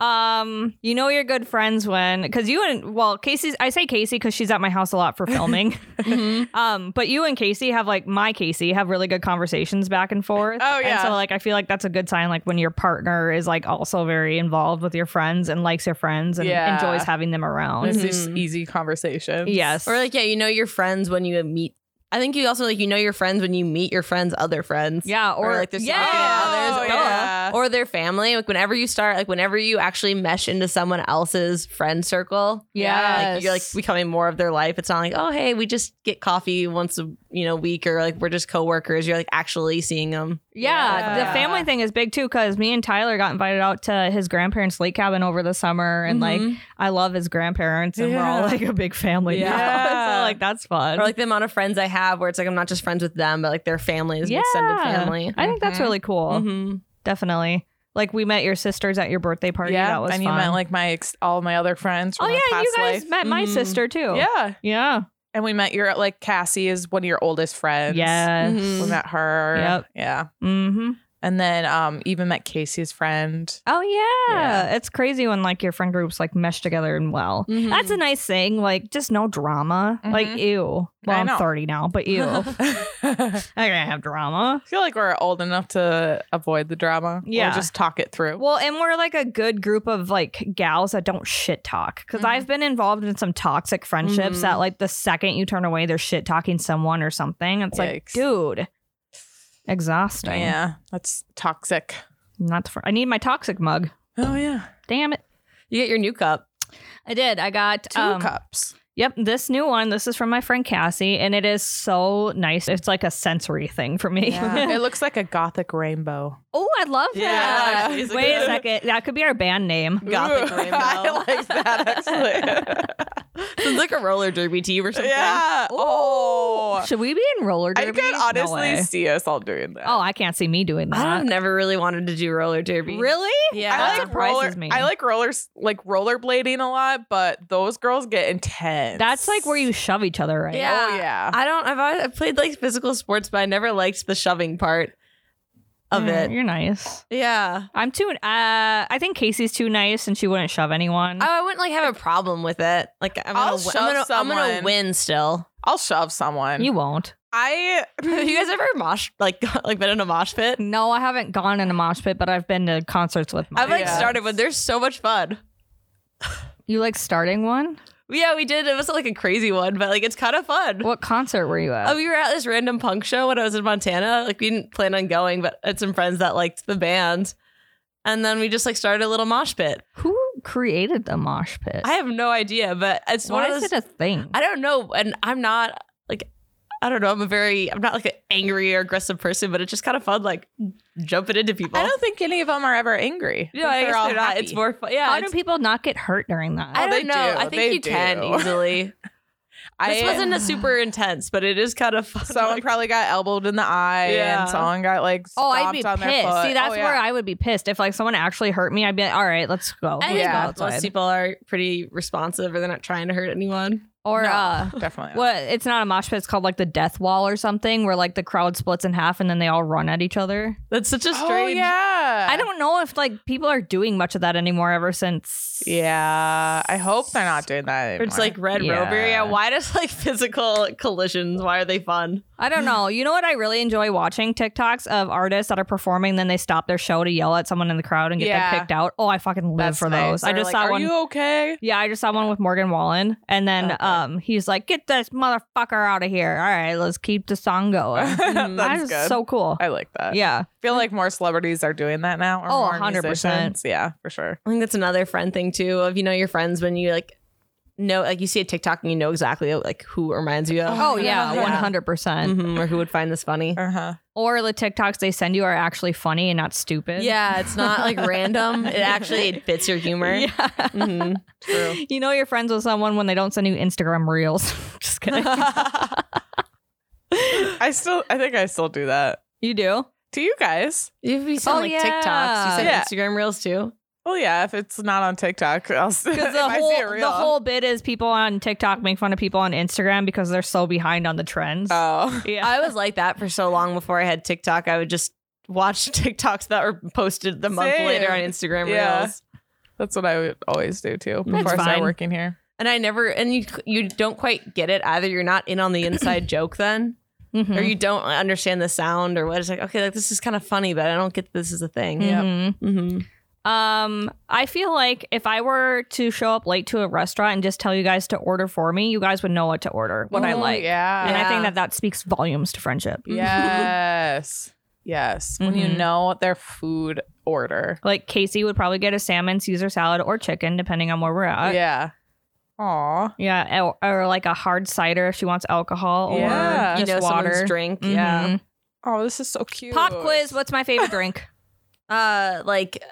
Um, you know you're good friends when because you and well, Casey's. I say Casey because she's at my house a lot for filming. Mhm. um, but you and Casey have like my Casey have really good conversations back and forth. Oh, And yeah. so like I feel like that's a good sign. Like when your partner is like also very involved with your friends and likes your friends and Yeah. Mm-hmm. enjoys having them around. it's just Mhm. easy conversations. Yes. Or like, yeah, you know your friends when you meet. I think you also like you know your friends when you meet your friends' other friends. yeah. Or, Or, like their significant yeah. others, Oh, or- yeah. or their family. Like whenever you start, like whenever you actually mesh into someone else's friend circle, Yeah. like, you're like becoming more of their life. It's not like, oh hey, we just get coffee once a you know week or like we're just coworkers. You're like actually seeing them. Yeah, Yeah. the family thing is big too because me and Tyler got invited out to his grandparents' lake cabin over the summer, and like I love his grandparents, and we're all Mm-hmm. Yeah. like a big family Yeah. now. so like that's fun. Or like the amount of friends I have where it's like I'm not just friends with them, but like their family is an extended family. I think that's Mhm. really cool. Mhm. Definitely. Like we met your sisters at your birthday party. yeah, that was and fun. you met like my ex- all my other friends. oh From my yeah, you past guys life. Mm-hmm. met my Mhm. sister too. Yeah, Yeah. and we met your like Cassie is one of your oldest friends. Yes. Mhm. we met her. Yep. Yeah, Mm-hmm. and then um even met Casey's friend. Oh yeah. Yeah. It's crazy when like your friend groups like mesh together and well. Mhm. That's a nice thing. Like just no drama. Like Mhm. ew. I Well, I'm know. 30 now, but ew. I I gotta have drama. feel like we're old enough to avoid the drama. Yeah. we'll just talk it through. Well, and we're like a good group of like gals that don't shit talk. because Mhm. i I've been involved in some toxic friendships Mhm. that like the second you turn away, they're shit talking someone or something. It's like, Yikes. dude, exhausting. yeah, that's toxic. Not the fir- I need my toxic mug. Oh yeah, Damn it. You get your new cup. I did. I got two um, cups. Yep, this new one. This is from my friend Cassie, and it is so nice. It's like a sensory thing for me. it looks like a gothic rainbow. oh, I love Yeah, that. she's a Wait a good- second. That could be our band name. Gothic Ooh, rainbow. I like that actually. It's like a roller derby tee or something. yeah. Oh, Should we be in roller I derby? could No honestly way. see us all doing that. Oh, I can't see me doing I've that. never really wanted to do roller derby. Really? Yeah. I that like surprises roller. me. I like rollers, like rollerblading a lot, but those girls get intense. That's like where you shove each other, right? Yeah. Oh yeah. I don't. I've always, I've played like physical sports, but I never liked the shoving part of Mm, it. You're nice. Yeah. I'm too. Uh, I think Casey's too nice, and she wouldn't shove anyone. Oh, I wouldn't like have a problem with it. Like I'm I'll gonna, wi- I'm, gonna shove I'm gonna someone. win still. I'll shove someone. you won't. I Have you guys ever mosh like like been in a mosh pit? No, I haven't gone in a mosh pit, but I've been to concerts with. I've like Yeah. started, but they're so much fun. you like starting one? Yeah, we did. It was like a crazy one, but like it's kind of fun. What concert were you at? Uh, we were at this random punk show when I was in Montana. Like we didn't plan on going, but I had some friends that liked the band, and then we just like started a little mosh pit. Who created the mosh pit? I have no idea, but it's Why one of is those. it a thing? I don't know, and I'm not like I don't know. I'm a very I'm not like an angry or aggressive person, but it's just kind of fun like jumping into people. I don't think any of them are ever angry. no, I think guess all they're not. happy. It's more fun. Yeah, How do it's- people not get hurt during that? I don't Oh, they know. do. I think They you can do. easily. uh, I, this wasn't a super intense, but it is kind of fun. Someone Like, probably got elbowed in the eye, Yeah. and someone got like Oh, I'd stomped be on pissed. their foot. See, that's Oh, yeah. where I would be pissed if like someone actually hurt me. I'd be like, all right, let's go. I Let's think Yeah. go outside. most people are pretty responsive, or they're not trying to hurt anyone. or No, uh, definitely. not. what? It's not a mosh pit. It's called like the death wall or something, where like the crowd splits in half and then they all run at each other. That's such a strange. Oh yeah. I don't know if like people are doing much of that anymore. Ever since, Yeah, I hope they're not doing that. Or Anymore. It's like red Yeah. rover. Yeah. Why does like physical collisions? Why are they fun? I don't know. You know what I really enjoy watching TikToks of artists that are performing, then they stop their show to yell at someone in the crowd and get Yeah. them kicked out. Oh, I fucking live That's for nice. those. I They're just like, saw Are one. you okay? yeah, I just saw one with Morgan Wallen, and then Okay. um, he's like, "Get this motherfucker out of here! All right, let's keep the song going." That's Mm-hmm. That is good. so cool. I like that. yeah, I feel like more celebrities are doing that now. Or Oh, more 100%. musicians. Yeah, for sure. I think that's another friend thing too. Of you know your friends when you like know like you see a TikTok and you know exactly like who it reminds you of. Oh yeah, Yeah. Mm-hmm. one hundred percent. Mhm, or who would find this funny. Uh huh. Or the TikToks they send you are actually funny and not stupid. Yeah, it's not like random. It actually it fits your humor. Yeah. Mhm. True. You know you're friends with someone when they don't send you Instagram reels. Just kidding. I still, I think I still do that. you do? Do you guys? You you send Oh, like yeah. TikToks. You send Yeah. Instagram reels too. Well, yeah. If it's not on TikTok, I'll. Because Because the whole the whole bit is people on TikTok make fun of people on Instagram because they're so behind on the trends. Oh. yeah. I was like that for so long before I had TikTok. I would just watch TikToks that were posted the month Same. later on Instagram Yeah. reels. That's what I would always do too before I started fine. working here. And I never and you you don't quite get it either. You're not in on the inside joke then. Mhm. Or you don't understand the sound or what it's like, okay, like this is kind of funny, but I don't get this is a thing. Yeah. Mhm. Mm-hmm. Um, I feel like if I were to show up late to a restaurant and just tell you guys to order for me, you guys would know what to order, what I Ooh, like. Oh, Mm, Yeah. Mm. And I Yeah. think that that speaks volumes to friendship. Yes. yes. When you Mm-hmm. Mhm. know their food order. Like Casey would probably get a salmon Caesar salad or chicken, depending on where we're Uh, at. yeah. Aw. Yeah, or, or like a hard cider if she wants alcohol or Yeah. You just know water. someone's drink. Mhm. Yeah. Oh, this is so cute. Pop quiz. What's my favorite drink? Uh like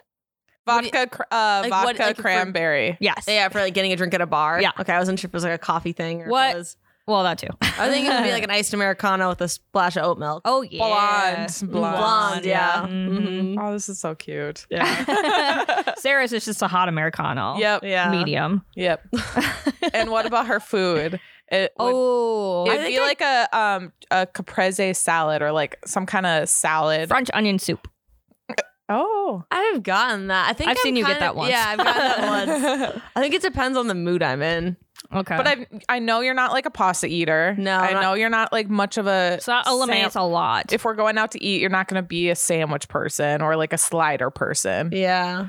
What do Vodka, cr- uh, like what- vodka like for- cranberry. Yes. yeah, for like getting a drink at a bar. Yeah. Okay, I wasn't sure if it was like a coffee thing or if it What? was- Well, that too. I think it would be like an iced Americano with a splash of oat milk. oh yeah. Mm, Blonde. Blonde. Blonde, yeah. Mhm. Mhm. Oh, this is so cute. Mm-hmm. Sarah's is just a hot americano. yep. Yeah. Medium. Yep. and what about her food? It would, Oh. it'd be like a um a caprese salad or like some kind of salad. French onion soup. oh. I've gotten that. I think I've I'm seen you get kinda- that once. Yeah, I've gotten that once. I think it depends on the mood I'm in. Okay. But I I know you're not like a pasta eater. No, I not- know you're not like much of a so that eliminates sam- a lot. if we're going out to eat, you're not going to be a sandwich person or like a slider person. Yeah.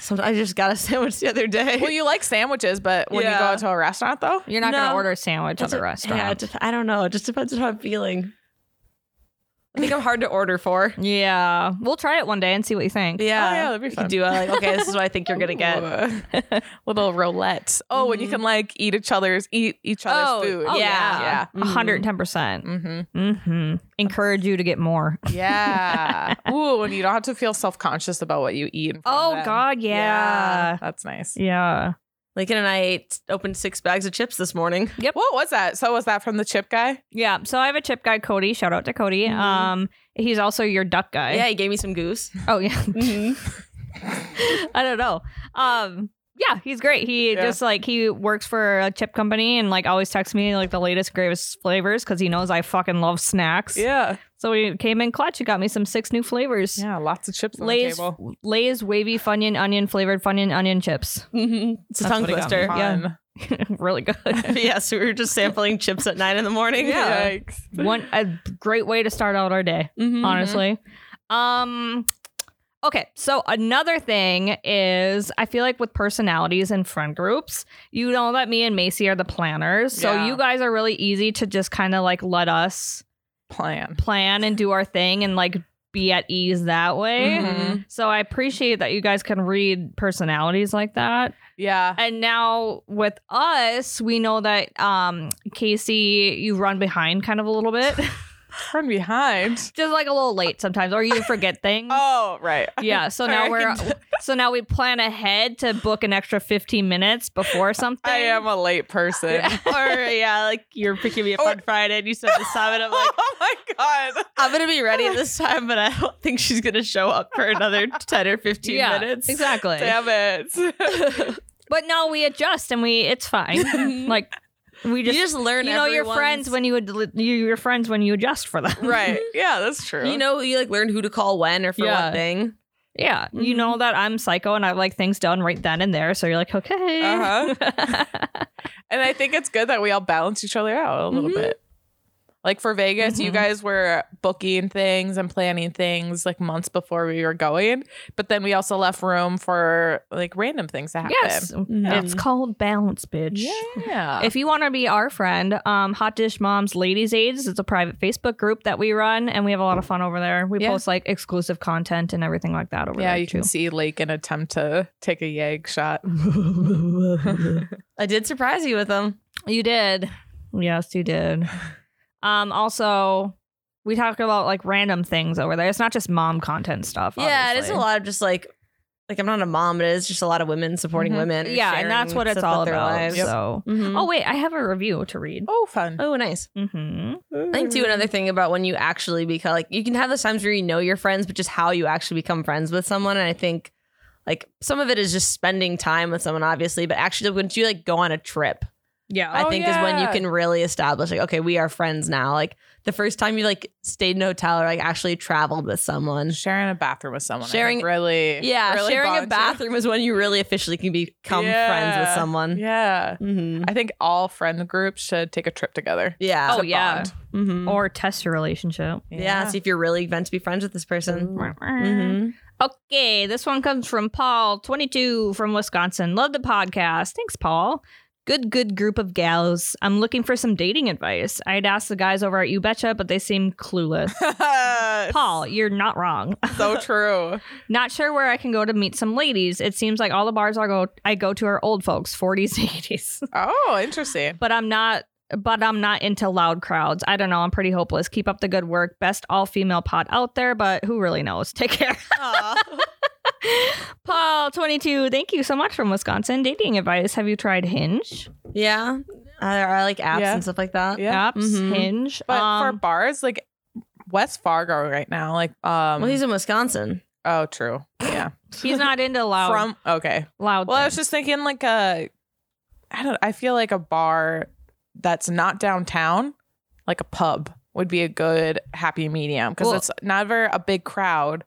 Sometimes I just got a sandwich the other day. Well, you like sandwiches, but when you go Yeah. out to a restaurant though, You're not going to No. order a sandwich It's at a a- Yeah, it restaurant. dep- I don't know. It just depends on how I'm feeling. I think I'm hard to order for. Oh, Yeah. We'll try it one day and see what you think. Yeah. yeah, that'd be You fun. could do a, like, okay, this is what I think you're gonna get. get little roulette. Oh, and you can like eat each other's eat each other's Oh, food. oh, Mm-hmm. yeah. yeah, A 110%. mm-hmm. Mm-hmm. Encourage you to get more. yeah. Ooh, and you don't have to feel self conscious about what you eat. in front of Oh, them. God. Yeah. that's nice. Yeah. Lincoln and I ate opened six bags of chips this morning. What was that? So was that from the chip guy? Yeah. So I have a chip guy, Cody. Shout out to Cody. Um, he's also your duck guy. Yeah, he gave me some goose. Oh yeah. Mhm. I don't know. Um, yeah, he's great. He Yeah. just like he works for a chip company and like always texts me like the latest greatest flavors because he knows I fucking love snacks. Yeah, So he came in clutch. He got me some six new flavors. yeah, lots of chips on Lay's the table. Lay's wavy Funyun onion flavored Funyun onion chips. Mhm. It's a That's tongue what he got twister. me. yeah. really good. yes, we were just sampling chips at nine in the morning. Yeah. Yikes. One a great way to start out our day. Mhm. honestly. Mm-hmm. Um okay, so another thing is I feel like with personalities and friend groups, you know that me and Macy are the planners. So Yeah. you guys are really easy to just kind of like let us Plan. plan and do our thing and like be at ease that way. Mhm. So I appreciate that you guys can read personalities like that. Yeah. And now with us, we know that um Casey, you run behind kind of a little bit. Turn behind. just like a little late sometimes, or you forget things. Oh, right. Yeah, so Sorry, now I we're can- so now we plan ahead to book an extra 15 minutes before something. I am a late person. or yeah, like you're picking me up Oh, Or- on Friday and you said this time, and I'm like, oh my god. I'm gonna be ready this time, but I don't think she's gonna show up for another ten or fifteen yeah, minutes. Exactly. Damn it. But no, we adjust and we it's fine. like we You just just, learn. you know your everyone's- friends when you ad- you your friends when you adjust for them. right. Yeah, that's true. you know you like learn who to call when or for Yeah. what thing. Yeah, you Mm-hmm. know that I'm psycho and I like things done right then and there. So you're like, okay. Uh-huh. Uh-huh. and I think it's good that we all balance each other out a little Mhm. bit. Like for Vegas, you Mhm. guys were booking things and planning things like months before we were going, but then we also left room for like random things to happen. Yes. Mm-hmm. It's called balance, bitch. Yeah. If you want to be our friend, um, Hot Dish Moms Ladies Aids, it's a private Facebook group that we run, and we have a lot of fun over there. We Yeah. post like exclusive content and everything like that over yeah, there you too. can see Lake in attempt to take a yag shot. I did surprise you with them. You did. Yes, you did. Um, also, we talk about like random things over there. It's not just mom content stuff. Yeah, it is obviously. a lot of just like, like I'm not a mom, but it's just a lot of women supporting Mhm. women. Yeah, and that's sharing what it's stuff all with their about. lives. So, Mhm. oh wait, I have a review to read. Oh, fun. Oh, nice. hmm I think too another thing about when you actually become like you can have those times where you know your friends, but just how you actually become friends with someone. And I think like some of it is just spending time with someone, obviously, but actually once you like go on a trip, Yeah. Oh, I think is when you yeah. can really establish like, okay, we are friends now. Like the first time you like stayed in a hotel or like actually traveled with someone. Sharing a bathroom with someone. I think, Sharing- really. Yeah, really sharing a bonds you. bathroom is when you really officially can become Yeah. friends with someone. Yeah. Mm-hmm. I think all friend groups should take a trip together. Yeah. Oh to yeah. bond. Mhm. Oh, Or test your relationship. yeah. See if you're really meant to be friends with this person. Mm. Mhm. Okay, this one comes from Paul, 22 from Wisconsin. Love the podcast. Thanks, Paul. Good, good group of gals. I'm looking for some dating advice. I had asked the guys over at You Betcha, but they seemed clueless. Paul, you're not wrong. so true. Not sure where I can go to meet some ladies. It seems like all the bars I go I go to are old folks, 40s, 80s. Oh, interesting. But I'm not but I'm not into loud crowds. I don't know. I'm pretty hopeless. Keep up the good work. Best all female pod out there, but who really knows? Take care. Paul, 22. Thank you so much from Wisconsin. Dating advice. Have you tried Hinge? Yeah. I, I Uh, like apps Yeah. and stuff like that. Yeah. Apps, Mhm. Hinge. But for um, bars, like West Fargo right now, like um Well, he's in Wisconsin. oh true. Yeah. he's not into loud. From okay. loud. Well, I was things. just thinking like a I don't I feel like a bar that's not downtown, like a pub would be a good happy medium because Well- it's never a big crowd,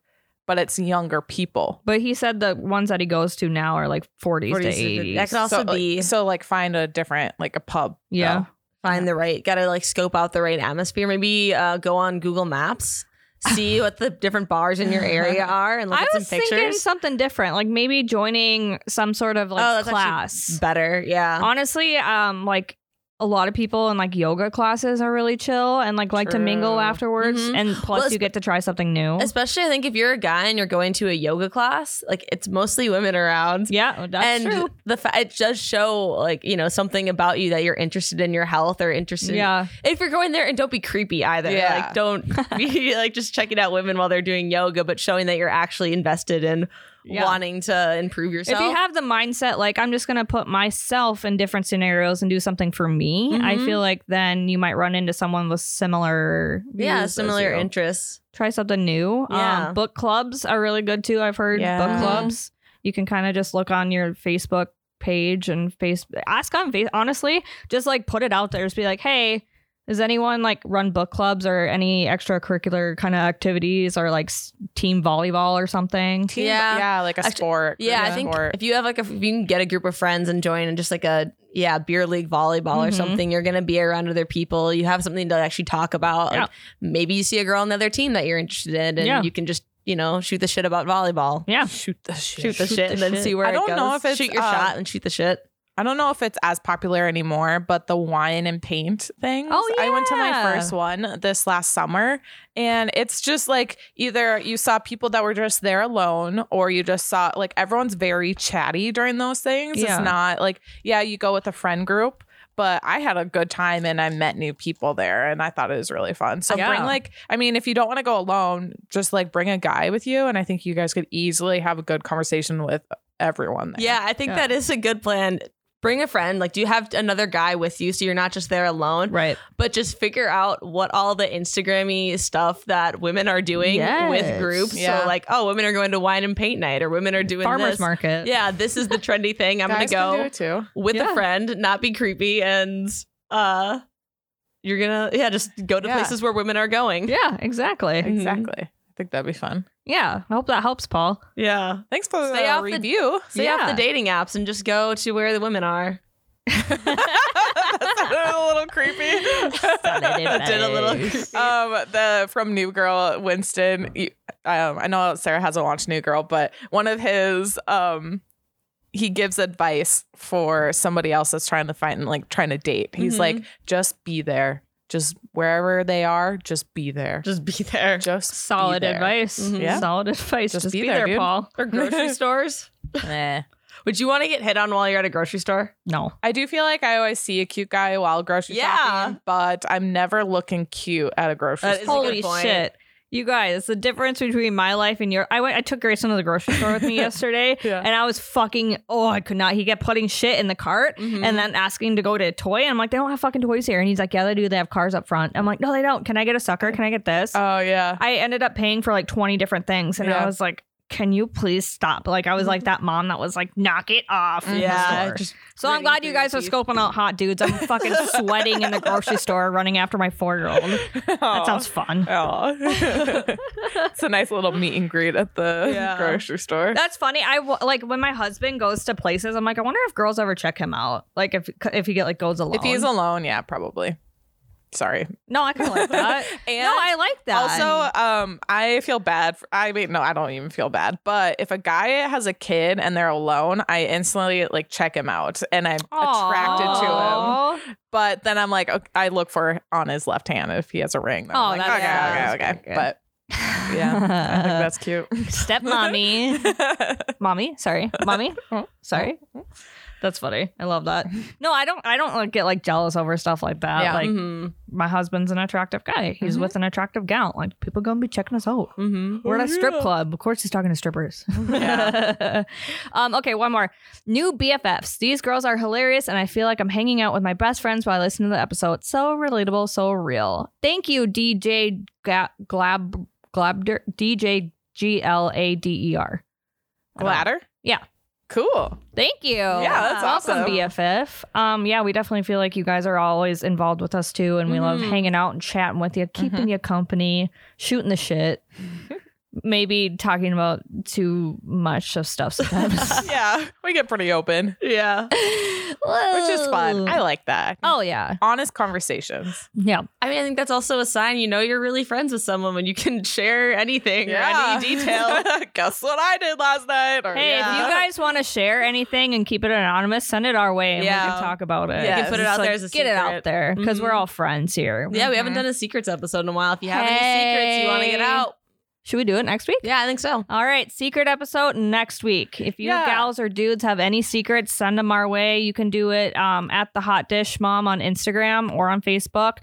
but it's younger people. but he said the ones that he goes to now are like 40s, to 80s. That could also so, like- be so like find a different like a pub. yeah. find the right, got to like scope out the right atmosphere. Maybe uh, go on Google Maps, see what the different bars in your area are, and look I at some was pictures. thinking something different, like maybe joining some sort of like Oh, that's actually class. Better. Yeah. Honestly, um, like a lot of people in like yoga classes are really chill and like like to mingle True. afterwards, Mhm. and plus Well, you get to try something new. Especially, I think if you're a guy and you're going to a yoga class, like it's mostly women around. Yeah, that's and true. the fa- it does show like you know something about you that you're interested in your health or interested in Yeah, if you're going there and don't be creepy either Yeah. like don't be like just checking out women while they're doing yoga but showing that you're actually invested in Yeah. wanting to improve yourself if you have the mindset like I'm just gonna put myself in different scenarios and do something for me, I Mhm. feel like then you might run into someone with similar yeah views as similar you. interests Try something new. Yeah. Um, book clubs are really good too. I've heard Yeah. book Mhm. clubs. You can kind of just look on your Facebook page and face ask on face. Honestly, just like put it out there. Just be like, hey. Does anyone like run book clubs or any extracurricular kind of activities or like s- team volleyball or something? Team- Yeah. yeah, like a Actu- sport. yeah, group i think sport. if you have like a, if you can get a group of friends and join in just like a yeah beer league volleyball or Mhm. something you're gonna be around other people you have something to actually talk about Yeah. like maybe you see a girl on the other team that you're interested in and Yeah. you can just you know shoot the shit about volleyball Yeah. shoot the shit. shoot the Shoot shit the and then shit. see where I it don't know goes. if it's, shoot your uh, shot and shoot the shit. I don't know if it's as popular anymore, but the wine and paint things. Oh, I went to my yeah. first one this last summer, and it's just like either you saw people that were just there alone, or you just saw like everyone's very chatty during those things. Yeah. It's not like, yeah, you go with a friend group. But I had a good time and I met new people there and I thought it was really fun. So Yeah. bring like, I mean, if you don't want to go alone, just like bring a guy with you. And I think you guys could easily have a good conversation with everyone there. Yeah, I think Yeah. that is a good plan. Bring a friend. Like, do you have another guy with you so you're not just there alone? Right. But just figure out what all the Instagrammy stuff that women are doing Yes. with groups. Yeah. So like, oh, women are going to wine and paint night, or women are doing Farmers this. market. Yeah, this is the trendy thing. I'm Guys can do gonna it too. go with Yeah. a friend, not be creepy, and uh, you're gonna yeah, just go to Yeah. places where women are going. Yeah, exactly. Mhm. Exactly. I think that'd be fun. Yeah. I hope that helps, Paul. Yeah, Thanks for Stay the off the- review. stay off the dating apps and just go to where the women are. That sounded a little creepy. Did a little. um the from new girl winston you- um i know sarah hasn't watched new girl but one of his um he gives advice for somebody else that's trying to find like trying to date he's Mhm. like just be there just wherever they are just be there Just be there. just be Solid there. advice. Mhm. Yeah. Solid advice. Just, be, there, dude. Paul. Or grocery stores. Eh. Would you want to get hit on while you're at a grocery store? No. i do feel like i always see a cute guy while grocery Yeah. shopping but i'm never looking cute at a grocery That is store a good Holy point. shit. You guys, the difference between my life and your I went I took Grayson to the grocery store with me yesterday Yeah. and I was fucking oh I could not he kept putting shit in the cart and then asking to go to a toy and I'm like, they don't have fucking toys here. And he's like, Yeah, they do, they have cars up front. I'm like, No, they don't. Can I get a sucker? Can I get this? oh yeah I ended up paying for like 20 different things and Yeah. Mm-hmm. I was like, Can you please stop? Like I was like that mom that was like, knock it off. in the Yeah. store. Just So I'm gritting glad through you guys your are teeth. scoping out hot dudes. I'm fucking sweating in the grocery store running after my four year old. That sounds fun. Oh, it's a nice little meet and greet at the Yeah. grocery store. That's funny. I wa- like when my husband goes to places. I'm like, I wonder if girls ever check him out. Like if if he get like goes alone. if he's alone, yeah, probably. Sorry. no, I kind of like that. And no, I like that. also, um, I feel bad. For, I mean, no, I don't even feel bad. But if a guy has a kid and they're alone, I instantly like check him out and I'm attracted to him. to him. But then I'm like, okay, I look for on his left hand if he has a ring. Then Oh, I'm like, that's- okay, yeah, that's okay, okay, pretty good. But yeah, I think that's Step mommy, cute. mommy. Sorry, mommy. Sorry. That's funny. I love that. No, I don't. I don't like get like jealous over stuff like that. Yeah. Like Mhm. my husband's an attractive guy. He's with an attractive gal. Like people gonna be checking us out. Mhm. We're at a strip club. Of course, he's talking to strippers. Yeah. um, okay, one more. New BFFs. These girls are hilarious, and I feel like I'm hanging out with my best friends while I listen to the episode. So relatable, so real. Thank you, DJ Ga- Glab Glabder DJ G L A D E R. I don't- Ladder? Yeah. Cool. Thank you. Yeah, that's Welcome, awesome. BFF. Um, yeah, we definitely feel like you guys are always involved with us too, and we love Mhm. hanging out and chatting with you, keeping Mm-hmm. you company, shooting the shit, maybe talking about too much of stuff sometimes, yeah, we get pretty open, Yeah. which which is fun. I like that. Oh yeah, Honest conversations. yeah. I mean, I think that's also a sign you know you're really friends with someone when you can share anything or any detail. Guess what I did last night? Or, Hey, if you guys want to share anything and keep it anonymous, send it our way, and we Yeah. can talk about it. You can It's put it just out there as a get it secret. out there because we're Mhm. all friends here. yeah, we haven't done a secrets episode in a while. If you have any secrets you want to get Mm-hmm. Hey. out, Should we do it next week? yeah, I think so. All right, secret episode next week. If you Yeah. gals or dudes have any secrets, send them our way. You can do it um, at the Hot Dish Mom on Instagram or on Facebook,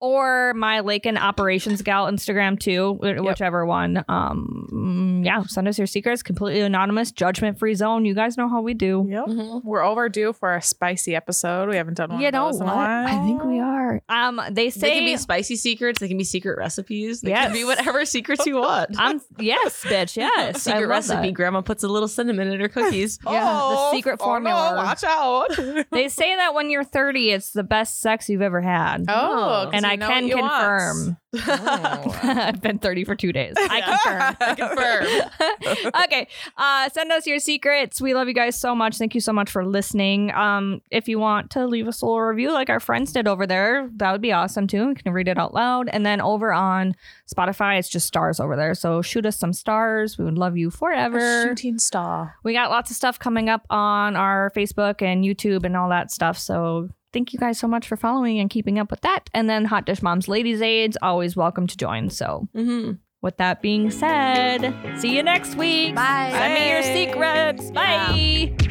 or my Lake and Operations Gal Instagram too, wh- whichever one. Um, yeah, send us your secrets. Completely anonymous, judgment free zone. You guys know how we do. Yep. Mm-hmm. We're overdue for a spicy episode. We haven't done one. You of know those in what? a while. I think we are. Um, they They say can be spicy secrets. They can be secret recipes. They can be Yes. whatever secrets you want. I'm yes, bitch. Yes, I secret love that. recipe. Grandma puts a little cinnamon in her cookies. Yeah, the Oh, secret oh, no, formula. Oh, watch out. They say that when you're 30, it's the best sex you've ever had. oh, 'cause and you I know what can you want. confirm. Oh. I've been 30 for two days. I confirm. okay. Uh, send us your secrets. We love you guys so much. Thank you so much for listening. Um, if you want to leave us a little review like our friends did over there, that would be awesome too. We can read it out loud. And then over on Spotify, it's just stars over there. So shoot us some stars. We would love you forever. Shooting star. We got lots of stuff coming up on our Facebook and YouTube and all that stuff. So thank you guys so much for following and keeping up with that. And then Hot Dish Moms Ladies Aids, always welcome to join. So Mm-hmm. with that being said, see you next week. Bye. Send me your Bye. secrets. Bye.